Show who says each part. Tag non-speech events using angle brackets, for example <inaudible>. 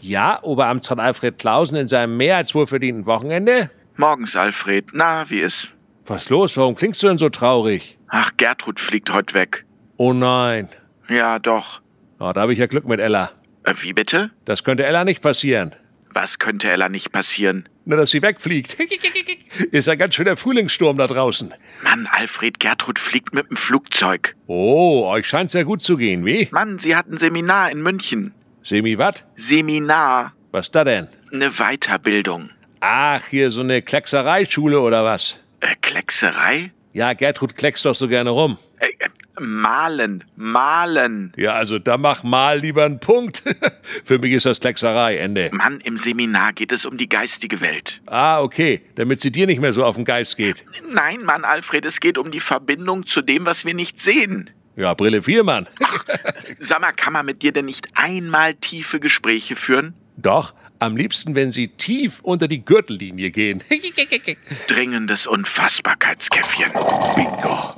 Speaker 1: Ja, Oberamtsrat Alfred Klausen in seinem mehr als wohlverdienten Wochenende?
Speaker 2: Morgens, Alfred. Na, wie ist?
Speaker 1: Was los? Warum klingst du denn so traurig?
Speaker 2: Ach, Gertrud fliegt heute weg.
Speaker 1: Oh nein.
Speaker 2: Ja, doch.
Speaker 1: Oh, da habe ich ja Glück mit Ella.
Speaker 2: Äh, wie bitte?
Speaker 1: Das könnte Ella nicht passieren.
Speaker 2: Was könnte Ella nicht passieren?
Speaker 1: Nur, dass sie wegfliegt. <laughs> Ist ein ganz schöner Frühlingssturm da draußen.
Speaker 2: Mann, Alfred, Gertrud fliegt mit dem Flugzeug.
Speaker 1: Oh, euch scheint's ja gut zu gehen, wie?
Speaker 2: Mann, sie hat ein Seminar in München.
Speaker 1: Semi wat?
Speaker 2: Seminar.
Speaker 1: Was da denn?
Speaker 2: Eine Weiterbildung.
Speaker 1: Ach, hier so eine Klecksereischule oder was?
Speaker 2: Äh, Kleckserei?
Speaker 1: Ja, Gertrud kleckst doch so gerne rum.
Speaker 2: Äh, äh, malen, malen.
Speaker 1: Ja, also da mach mal lieber einen Punkt. <laughs> Für mich ist das Kleckserei, Ende.
Speaker 2: Mann, im Seminar geht es um die geistige Welt.
Speaker 1: Ah, okay, damit sie dir nicht mehr so auf den Geist geht.
Speaker 2: Nein, Mann, Alfred, es geht um die Verbindung zu dem, was wir nicht sehen.
Speaker 1: Ja, Brille Viermann.
Speaker 2: Sag mal, kann man mit dir denn nicht einmal tiefe Gespräche führen?
Speaker 1: Doch, am liebsten, wenn sie tief unter die Gürtellinie gehen.
Speaker 2: Dringendes Unfassbarkeitskäffchen.
Speaker 1: Bingo.